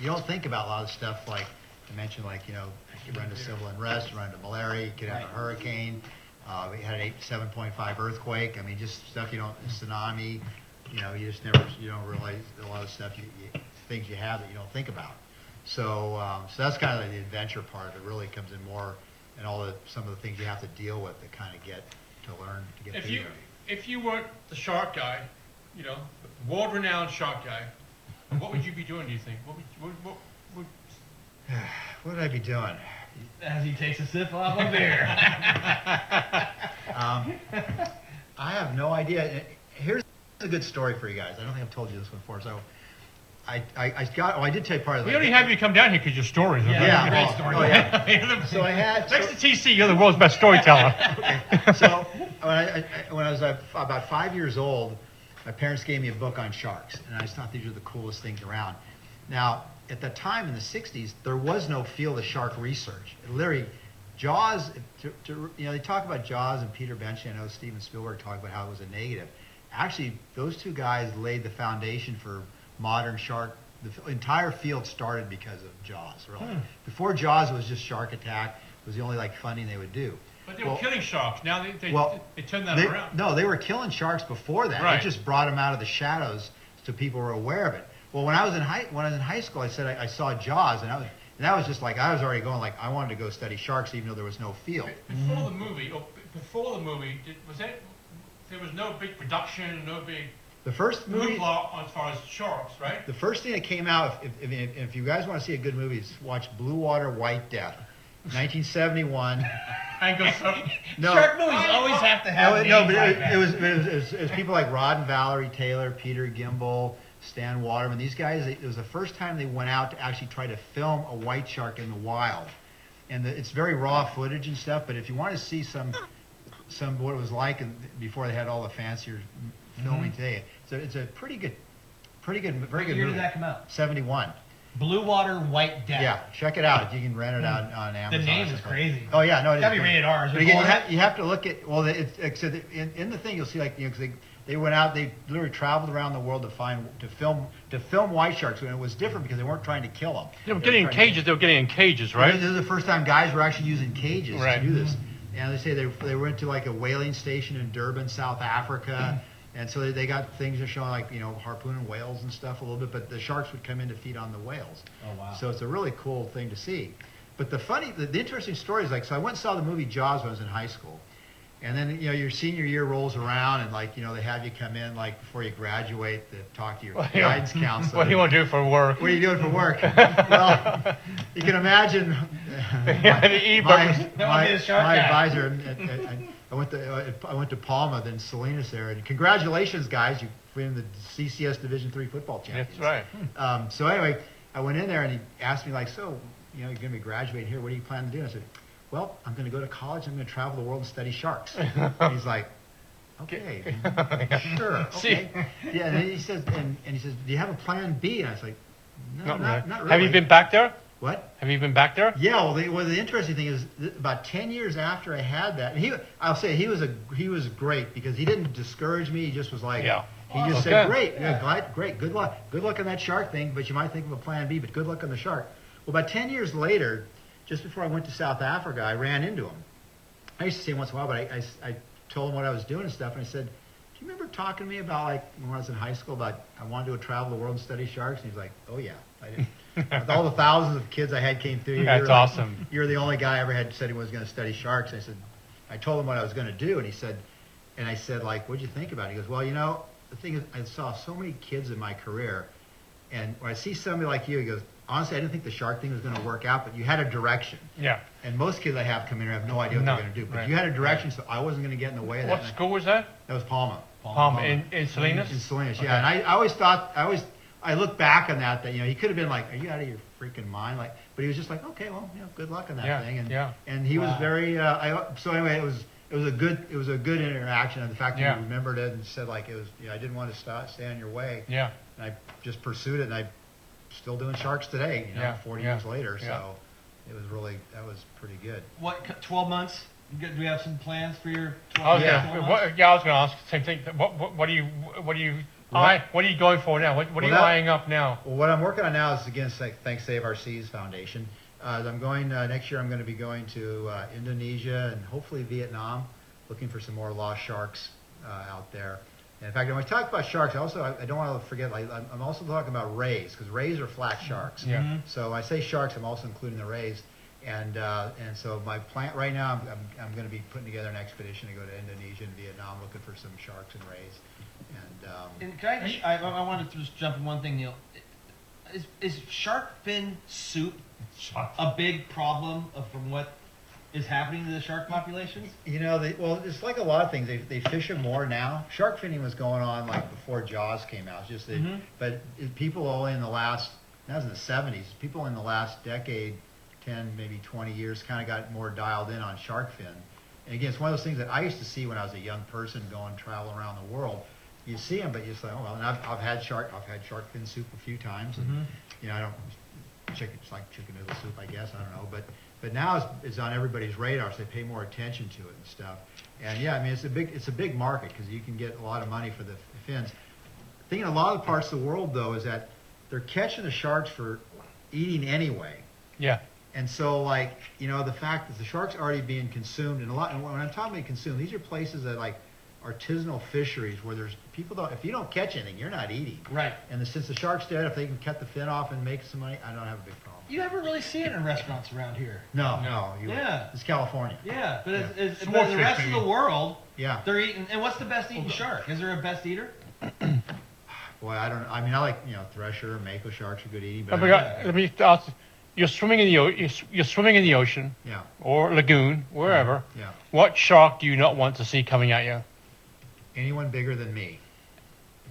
you don't think about a lot of stuff like I mentioned, like you know, you run to civil unrest, you run to malaria, you could have a Right. hurricane. Uh, we had an eight, seven point five earthquake. I mean, just stuff you don't, Mm-hmm. tsunami. You know, you just never, you don't realize a lot of stuff you, you things you have that you don't think about. So, um, so that's kind of the adventure part of it. Really comes in more, and all the some of the things you have to deal with to kind of get to learn to get If through. you if you weren't the shark guy, you know, world renowned shark guy, what would you be doing? Do you think? What would, what, what, what, What would I be doing? As he takes a sip off a beer. Um, I have no idea. Here's a good story for you guys. I don't think I've told you this one before. So, I, I, I got. Oh, I did tell you part of we the. only have you come down here because your stories. Are Yeah. Great oh, story. oh, yeah. [LAUGHS] yeah. So I had. Next to TC, you're the world's best [LAUGHS] storyteller. so when I, I- I, when I was uh, about five years old, my parents gave me a book on sharks, and I just thought these were the coolest things around. Now, at that time in the '60s, there was no field of shark research. Literally, Jaws. To, to, you know, they talk about Jaws and Peter Benchley. I know Steven Spielberg talked about how it was a negative. Actually, those two guys laid the foundation for modern shark. The f- entire field started because of Jaws. Really, Hmm. before Jaws it was just Shark Attack was the only like funding they would do. But they were Well- killing sharks. Now they they, Well, they turned that they- around. No, they were killing sharks before that. Right. It just brought them out of the shadows so people were aware of it. Well, when I was in high when I was in high school, I said I, I saw Jaws, and I was and that was just like I was already going like I wanted to go study sharks, even though there was no field. Before the movie, or b- before the movie, did, was that there was no big production, no big The first movie, hoopla as far as sharks, right? the first thing that came out, if, if, if, if you guys want to see a good movie, is watch Blue Water [LAUGHS] White Death, 1971. And [LAUGHS] go so, [LAUGHS] No. Shark movies always have to have No, it- no, names but like it, that. it, was, it, was, it was it was people like Rod and Valerie Taylor, Peter Gimbel, Stan Waterman. These guys, it was the first time they went out to actually try to film a white shark in the wild, and the, it's very raw footage and stuff. But if you want to see some some what it was like in, before they had all the fancier filming today, so it's a pretty good, pretty good, very Mm-hmm. What good year movie. did that come out? Seventy one. Blue Water White Death. Yeah, check it out. You can rent it out on Amazon. or name is something. crazy. Oh yeah, no, it It's gotta is be crazy. rated R. Is But it again, you more? have, you have to look at well, it's, it's in, in the thing you'll see like you know 'cause they, They went out. They literally traveled around the world to find to film to film white sharks, and it was different because they weren't trying to kill them. They were getting in cages. They were getting in cages, right? This is the first time guys were actually using cages Right. to do this. And they say they, they went to like a whaling station in Durban, South Africa. Mm-hmm. And so they, they got things that are showing like, you know, harpooning whales and stuff a little bit, but the sharks would come in to feed on the whales. Oh, wow. So it's a really cool thing to see. But the funny, the, the interesting story is like, so I went and saw the movie Jaws when I was in high school. And then, you know, your senior year rolls around and like, you know, they have you come in like before you graduate to [LAUGHS] talk to your Well, you know, guidance counselor. What do you want to do for work? What are you doing [LAUGHS] for work? well, you can imagine. Yeah, the e-book was- my, That would my, be the shark my guy. advisor. At, at, at, I went to uh, I went to Palma, then Salinas there, and congratulations, guys! You win the CCS Division Three football That's champions. [LAUGHS] right. Um, so anyway, I went in there and he asked me like, so you know, you're going to be graduating here. What do you plan to do? And I said, well, I'm going to go to college. I'm going to travel the world and [LAUGHS] study sharks. And he's like, okay, [LAUGHS] sure, [LAUGHS] See. okay. Yeah, and then he says, and, and he says, do you have a plan B? And I was like, no, not, not, really. Have you been back there? What? Have you been back there? Yeah. Well, the, well, the interesting thing is, th- about ten years after I had that, and he, I'll say he was a he was great because he didn't discourage me. He just was like, Yeah. He just Okay. said, great, yeah, glad, great, good luck, good luck on that shark thing. But you might think of a plan B, but good luck on the shark. Well, about ten years later, just before I went to South Africa, I ran into him. I used to see him once in a while, but I, I s- I told him what I was doing and stuff, and I said, "Do you remember talking to me about like when I was in high school about I wanted to go travel the world and study sharks?" And he's like, "Oh yeah, I [LAUGHS] did." With all the thousands of kids I had came through, you That's were awesome. You're the only guy I ever had said he was going to study sharks. I said, I told him what I was going to do, and he said, and I said like, "What'd you think about it?" He goes, "Well, you know, the thing is, I saw so many kids in my career." And when I see somebody like you, he goes, honestly, I didn't think the shark thing was going to work out, but you had a direction. Yeah. And most kids I have come in here have no idea what No, they're going to do. But right. you had a direction, so I wasn't going to get in the way of that. What school was that? That was Palma. Palm in, in Salinas. In Salinas, yeah. And I, I always thought, I always, I look back on that, that, you know, he could have been like, are you out of your freaking mind? Like, but he was just like, okay, well, you know, good luck on that Yeah, thing. And, yeah. and he was Wow. very, uh, I, so anyway, it was, it was a good, it was a good interaction. And the fact that Yeah. he remembered it and said like, it was, you know, I didn't want to stop, stay on your way. Yeah. And I just pursued it and I'm still doing sharks today, you know, Yeah, 40 yeah, years later. yeah. So it was really, that was pretty good. What? c- Twelve months? You got- Do we have some plans for your? Oh, 12 I was yeah. gonna. What, yeah, I was gonna ask the same thing. What, what, what are you? What are you? Well, eye- that- what are you going for now? What, what are Well, you that- eyeing up now? Well, what I'm working on now is again sa- thanks Save Our Seas Foundation. Uh, I'm going uh, next year. I'm going to be going to uh, Indonesia and hopefully Vietnam, looking for some more lost sharks uh, out there. And in fact, when we talk about sharks, I also I, I don't want to forget. Like I'm, I'm also talking about rays because rays are flat sharks. Yeah. Mhm. So I say sharks. I'm also including the rays. And uh, and so my plan right now, I'm, I'm, I'm going to be putting together an expedition to go to Indonesia and Vietnam, looking for some sharks and rays. And um, And can I just? I, I wanted to just jump in one thing, Neil. Is, is shark fin soup a big problem of, from what is happening to the shark populations? You know, they, well, it's like a lot of things. They, they fish them more now. Shark finning was going on like before Jaws came out. It's just that, Mhm. but it- people only in the last that was in the seventies. People in the last decade, ten maybe twenty years, kind of got more dialed in on shark fin. And again, it's one of those things that I used to see when I was a young person going travel around the world. You see them, but you just like, oh well. And I've, I've had shark I've had shark fin soup a few times, and you know I don't chicken, it's like chicken noodle soup, I guess. I don't know, but but now it's, it's on everybody's radar, so they pay more attention to it and stuff. And yeah, I mean it's a big it's a big market because you can get a lot of money for the fins. The thing in a lot of parts of the world though is that they're catching the sharks for eating anyway. Yeah. And so, like, you know, the fact that the shark's already being consumed, and a lot, and when I'm talking about consumed, these are places that, like, artisanal fisheries where there's people don't, if you don't catch anything, you're not eating. Right. And the, since the shark's dead, if they can cut the fin off and make some money, I don't have a big problem. You never really see it in restaurants around here. No, no. You, Yeah. It's California. Yeah, but it's, it's, Small but the fish, rest of maybe. the world, Yeah. they're eating. And what's the best eating shark? Is there a best eater? Boy, I don't, I mean, I like, you know, thresher, mako sharks are good eating, Oh but. Let I me, don't- let me ask. You're swimming in the o- you're, s- you're swimming in the ocean Yeah, or lagoon, wherever. yeah. What shark do you not want to see coming at you? Anyone bigger than me,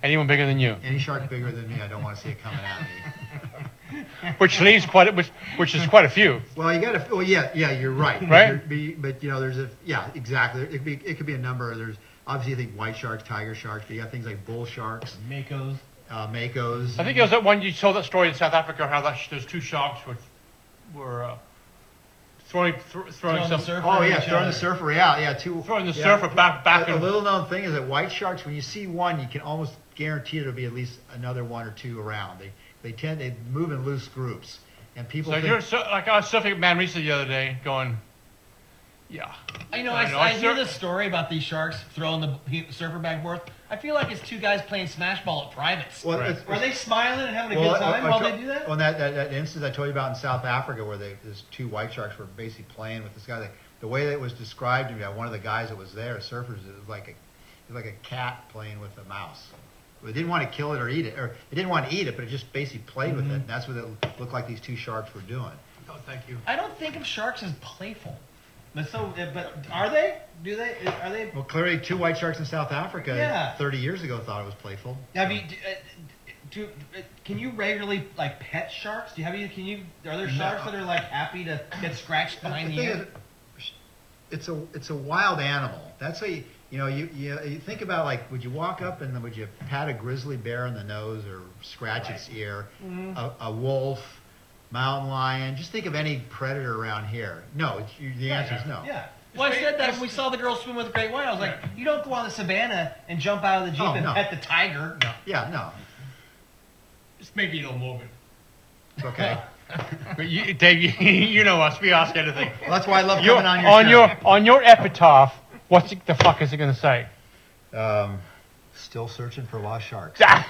Anyone bigger than you? any shark bigger than me, I don't want to see it coming at me. Which leaves quite a, which which is quite a few. Well, you gotta, well, yeah, yeah, you're right. But Right? there'd Be, but, you know, there's a, yeah, exactly. It could be, it could be a number. There's, obviously, you think white sharks, tiger sharks, but you got things like bull sharks, Mako's. uh, makos. I think it was that one you saw that story in South Africa how that sh- those two sharks were were uh, throwing thr- throwing Throwing some the surfer Oh at yeah, each throwing the other. surfer out. Yeah, two. throwing the yeah. surfer back back A, a and little known thing is that white sharks, when you see one, you can almost guarantee there'll be at least another one or two around. They they tend they move in loose groups, and people. so think, you're sur- like I was surfing at Manresa the other day, going, yeah, I Oh, know. I I, know, I I hear sur- this story about these sharks throwing the he- surfer back and forth. I feel like it's two guys playing smash ball at privates. Well, Right. it's- Are they smiling and having a Well, good time I- I while to- they do that? On that, that, that instance I told you about in South Africa, where they, these two white sharks were basically playing with this guy. Like, the way that it was described to me by one of the guys that was there, surfers, it was like a, it was like a cat playing with a mouse. It didn't want to kill it or eat it, or it didn't want to eat it, but it just basically played with it. And that's what it looked like these two sharks were doing. no, thank you. I don't think of sharks as playful. But so, uh, but are they? Do they? Are they? Well, clearly, two white sharks in South Africa Yeah. 30 years ago thought it was playful. I mean, do, uh, do, uh, can you regularly like pet sharks? Do you have any? Can you? Are there sharks that are like happy to get scratched behind the, thing ear? is, It's a it's a wild animal. That's how you you know you, you you think about like would you walk up and would you pat a grizzly bear in the nose or scratch its ear? Mm-hmm. A, a wolf, mountain lion. Just think of any predator around here. No, it's, you, the answer is no. Yeah. Well, I said that when we saw the girl swim with the great white. I was like, you don't go on the savannah and jump out of the jeep Oh, and no. pet the tiger. No. Yeah, no, This may be a little morbid. it's okay. But you, Dave, [LAUGHS] you, you know us. We ask anything. Well, that's why I love coming Your- on your on show. your on your epitaph, what's it, the fuck is it gonna say? Um, still searching for [LAUGHS] lost sharks. Bingo.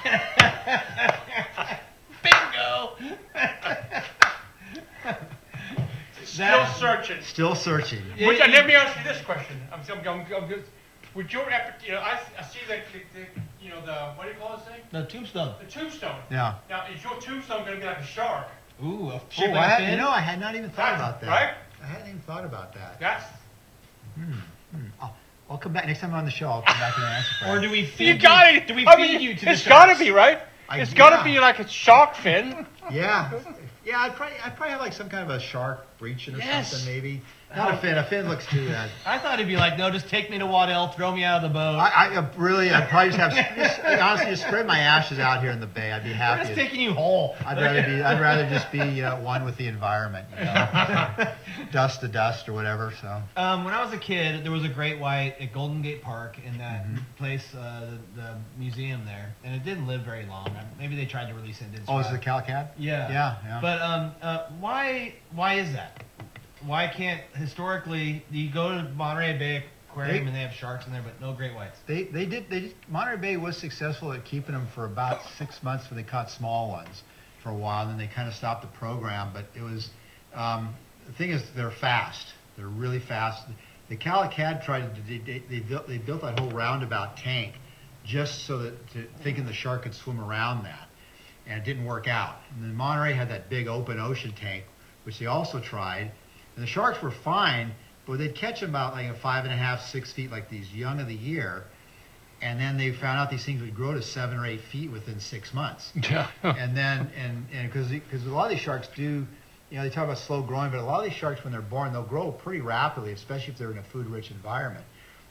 Still That- searching. Still searching. Would, and let me ask you this question. I'm, I'm, I'm, I'm good. Would your epi- you know, I, I see that the, the, you know the what do you call this thing? The tombstone. The tombstone. Yeah. Now is your tombstone going to be like a shark? Ooh, a Oh, chicken I had, fin. you know, I had not even thought about that. Right? I hadn't even thought about that. That's I'll, I'll come back next time I'm on the show. I'll come back and answer. For or you. do we feed? you got it. Do we I feed mean, you to the It's got sharks? to be right. I- it's got to yeah. be like a shark fin. Yeah, yeah. I'd probably, I'd probably have like some kind of a shark breaching or Yes. something, maybe. Not a fin. A fin looks [LAUGHS] too bad. I thought he'd be like, no, just take me to Waddell, throw me out of the boat. I, I uh, really, I'd probably just have, just, honestly, just spread my ashes out here in the bay. I'd be We're just happy. taking you whole. I'd [LAUGHS] rather be, I'd rather just be uh, one with the environment, you know, [LAUGHS] dust to dust or whatever. So Um, when I was a kid, there was a great white at Golden Gate Park in that Mm-hmm. place, uh, the, the museum there, and it didn't live very long. Maybe they tried to release it. it didn't Oh, is it the survive. Calcat? Yeah. Yeah, yeah. But um, uh, why why is that? Why can't historically you go to Monterey Bay Aquarium They- and they have sharks in there, but no great whites? They, they did they did, Monterey Bay was successful at keeping them for about six months when they caught small ones for a while. Then they kind of stopped the program, but it was um, the thing is they're fast. They're really fast. The Calicad tried to they, they, they built they built that whole roundabout tank just so that to, thinking the shark could swim around that, and it didn't work out. And then Monterey had that big open ocean tank, which they also tried, and the sharks were fine, but they'd catch them about like a five and a half, six feet, like these young of the year. And then they found out these things would grow to seven or eight feet within six months. Yeah. and then, and and because because a lot of these sharks do, you know, they talk about slow growing, but a lot of these sharks when they're born, they'll grow pretty rapidly, especially if they're in a food-rich environment.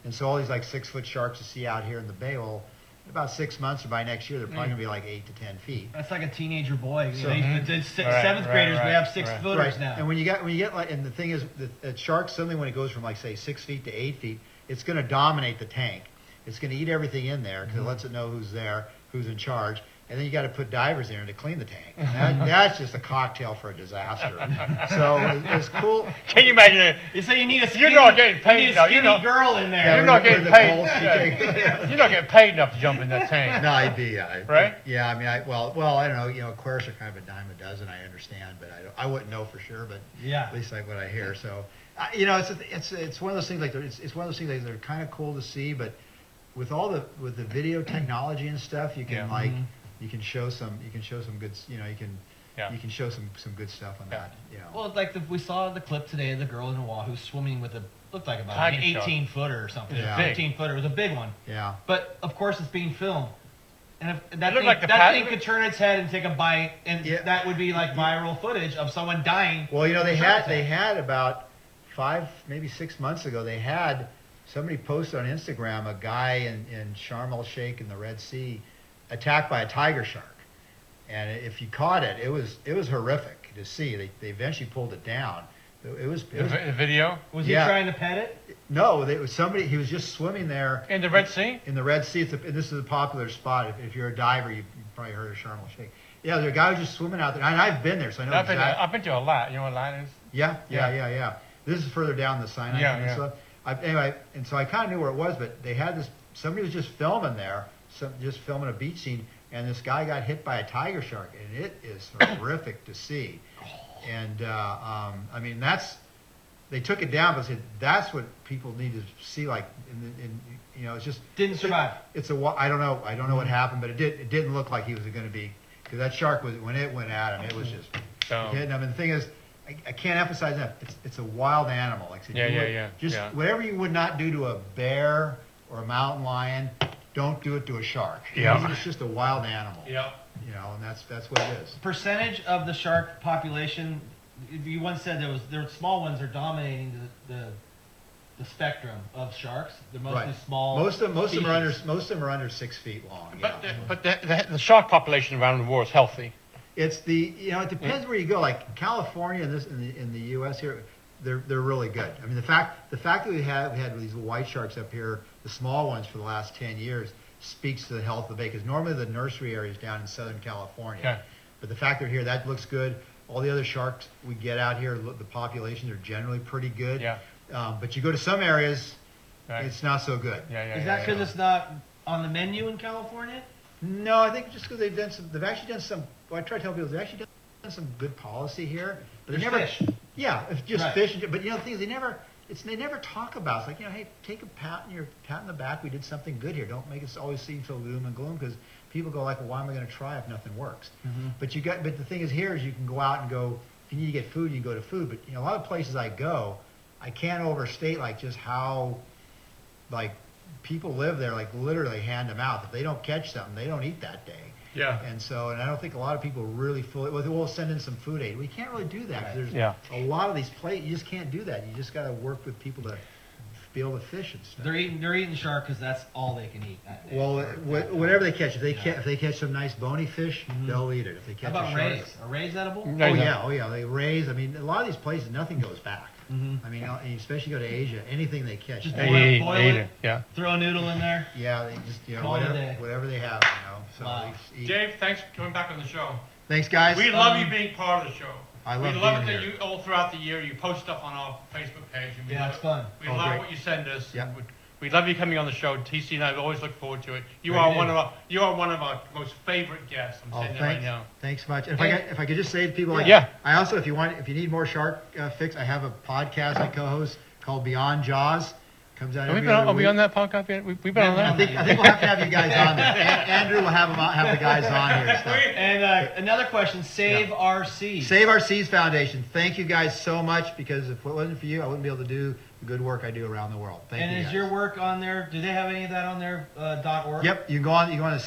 And so all these like six-foot sharks you see out here in the bay, well, in about six months or by next year, they're probably gonna be like eight to ten feet. That's like a teenager boy. So- hmm. they, they- se- Right, seventh right, graders, right, we have six right. footers now. And when you get when you get like, and the thing is, the, the shark suddenly when it goes from like say six feet to eight feet, it's going to dominate the tank. It's going to eat everything in there Mm-hmm. because it lets it know who's there, who's in charge, and then you got to put divers in there to clean the tank. And [LAUGHS] That, that's just a cocktail for a disaster. so it, it's cool. Can you imagine [LAUGHS] it? you say you need a You're skinny, not getting paid you need a now, you're skinny not- girl in there. Yeah, You're not we're getting the paid. balls [LAUGHS] she Yeah. You're not getting paid enough to jump in that tank. No idea. I- Right? Yeah, I mean, I, well, well, I don't know. You know, aquarists are kind of a dime a dozen. I understand, but I, don't, I wouldn't know for sure. But Yeah. at least like what I hear. So, I, you know, it's it's it's one of those things. Like they're- it's it's one of those things. Like they're kind of cool to see, but with all the with the video technology and stuff, you can Yeah. Mm-hmm. like you can show some you can show some good s- you know you can Yeah. you can show some some good stuff on Yeah. that. You know. Well, like the, we saw the clip today of the girl in Oahu swimming with a looked like about an Tiger shark. 18 footer or something. Yeah. Big. 15 footer. It was a big one. yeah. But of course, it's being filmed. And if that, It looked thing, like the that pat- thing could turn its head and take a bite, and Yeah. that would be like viral footage of someone dying. Well, you know, they from a heart had they attack. had about five, maybe six months ago, they had somebody posted on Instagram a guy in, in Sharm el Sheikh in the Red Sea attacked by a tiger shark. And if you caught it, it was it was horrific to see. They, they eventually pulled it down, It was, it The, was vi- the video Was Yeah. he trying to pet it? no, they, it was somebody. He was just swimming there in the Red Sea. in the Red Sea. It's a, this is a popular spot. If, if you're a diver, you have probably heard of Sharm el Sheikh. Yeah, the guy was just swimming out there, and I've been there, so I know I've been, exactly. I've been to a lot. You know what a lot is? Yeah, yeah, Yeah. yeah, yeah. This is further down the Sinai Yeah, Peninsula. I, anyway, and so I kind of knew where it was, but they had this. Somebody was just filming there, some, just filming a beach scene, and this guy got hit by a tiger shark, and it is horrific to see. And uh, um, I mean, that's they took it down, but said that's what people need to see. Like, in, the- in you know, it's just Didn't survive. it's a wa- I don't know I don't know what happened, but it did it didn't look like he was going to be because that shark was when it went at him, it was just Oh. hitting him. And the thing is, I, I can't emphasize enough. It's it's a wild animal. Like I said, Yeah, you yeah, would- yeah, Just yeah. whatever you would not do to a bear or a mountain lion, don't do it to a shark. [LAUGHS] Yeah. it's just a wild animal. Yeah. you know, and that's that's what it is. Percentage of the shark population. You once said there was their small ones are dominating the the, the spectrum of sharks. They're mostly Right. small. Most of most of them are under species. most of them are under six feet long. But yeah. the, but the, the, the shark population around the world is healthy. It's the you know it depends where you go. Like California and this in the in the U.S. here, they're they're really good. I mean the fact the fact that we have had these white sharks up here, the small ones for the last ten years, speaks to the health of the bay. Because normally the nursery area is down in Southern California, Yeah. but the fact they're here that looks good. All the other sharks we get out here, look, the populations are generally pretty good. Yeah. Um, but you go to some areas, Right. it's not so good. yeah, yeah. Is yeah, that yeah. because it's not on the menu in California? No, I think just because they've done some, they've actually done some. Well, I try to tell people they've actually done some good policy here, but they There's never. fish. Yeah, if just Right. fish. But you know, the thing is, they never. It's they never talk about. It's like you know, hey, take a pat in your pat in the back. We did something good here. Don't make us always seem so gloom and gloom because people go like, well, why am I going to try if nothing works? But you got. But the thing is, here is you can go out and go. If you need to get food, you go to food. But you know, a lot of places I go, I can't overstate like just how like people live there like literally hand them out if they don't catch something they don't eat that day Yeah. and so and i don't think a lot of people really fully well we'll send in some food aid we can't really do that 'cause there's Yeah. a lot of these plates you just can't do that you just got to work with people to be able to fish and stuff They're eating they're eating shark because that's all they can eat. That day. well Or wh- that- whatever they catch if they catch if they catch some nice bony fish they'll eat it if they Mm-hmm. How catch a about shark rays? Are rays edible? No. oh yeah oh yeah they raise i mean a lot of these places nothing goes back Mhm. i mean uh, especially go to asia anything they catch Just They Boil- eat, boil they eat it. it. Yeah. Throw a noodle in there. Yeah, they just you know Call it a whatever, day. whatever they have, you know. So Wow. they just eat. Dave, thanks for coming back on the show. thanks, guys. We love um, you being part of the show. I we love love being it here. that you all throughout the year you post stuff on our Facebook page. And we Yeah, love, it's fun. We Oh, love great. what you send us. Yeah. and We, we love you coming on the show. TC and I always look forward to it. You Thank are you. one of our you are one of our most favorite guests. I'm Oh, saying that right thanks, now. thanks much. And if I Yeah. could, if I could just say to people, like, Yeah. I also if you want if you need more shark uh, fix, I have a podcast I co-host called Beyond Jaws. Comes out Have we every been other on, are we week. on that podcast yet? We, we've been on I that? think I think we'll have to have you guys on there. An- Andrew will have them on, have the guys on here. and stuff. And uh, another question: Save our seas. Save Our Seas Foundation. Thank you guys so much because if it wasn't for you, I wouldn't be able to do the good work I do around the world. Thank and you. is guys. your work on there? Do they have any of that on their uh, dot org? Yep, you can go on. You can go on to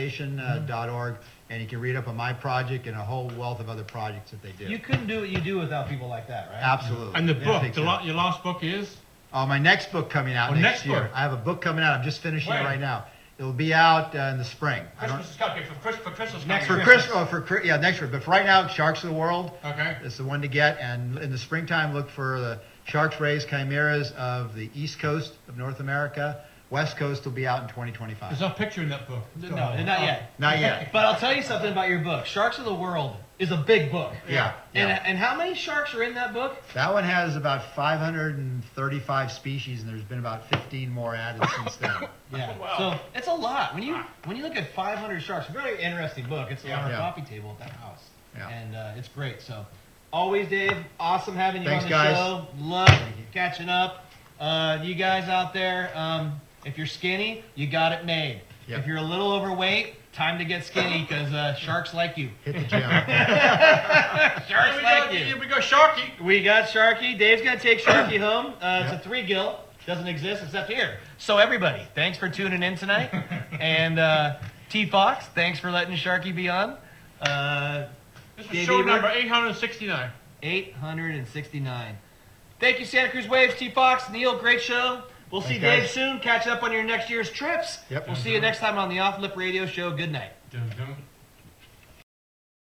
saveourseasfoundation.org, and you can read up on my project and a whole wealth of other projects that they do. You couldn't do what you do without people like that, right? Absolutely. And the Yeah, book, take the care. la- your last book is Uh, my next book coming out Oh, next, next year. book. I have a book coming out. I'm just finishing When? it right now. It'll be out uh, in the spring. I don't- Christmas is coming for, Chris, for Christmas Next coming. for Chris, oh, for Chri- yeah, next year. But for right now, Sharks of the World. Okay. It's the one to get. And in the springtime, look for the sharks, rays, chimeras of the east coast of North America. West coast will be out in 2025. There's no picture in that book. No, not yet. Oh. Not yet. [LAUGHS] But I'll tell you something about your book. Sharks of the World is a big book. Yeah, And, yeah. and how many sharks are in that book? That one has about 535 species, and there's been about 15 more added since then. [LAUGHS] [LAUGHS] Yeah. Wow. So it's a lot. When you when you look at 500 sharks, very interesting book. It's on our Yeah. coffee table at that house. Yeah. And uh, it's great. So always, Dave, awesome having you Thanks, on the guys. show. Love catching up. Uh, you guys out there, um, if you're skinny, you got it made. Yep. If you're a little overweight, time to get skinny because uh, sharks like [LAUGHS] you. Hit the gym. Here Sharks we, go, like you. here we go, Sharky. We got Sharky. Dave's gonna [COUGHS] take Sharky home. Uh, Yep. It's a three gill. Doesn't exist except here. So everybody, thanks for tuning in [LAUGHS] tonight. and uh, T Fox, thanks for letting Sharky be on. Uh, This Dave is show Ebert. number 869. 869. Thank you, Santa Cruz Waves, T Fox, Neil. Great show. We'll see Thanks, Dave guys. soon. Catch up on your next year's trips. Yep. We'll see you next time on the Off Lip Radio Show. Good night. Dum, dum.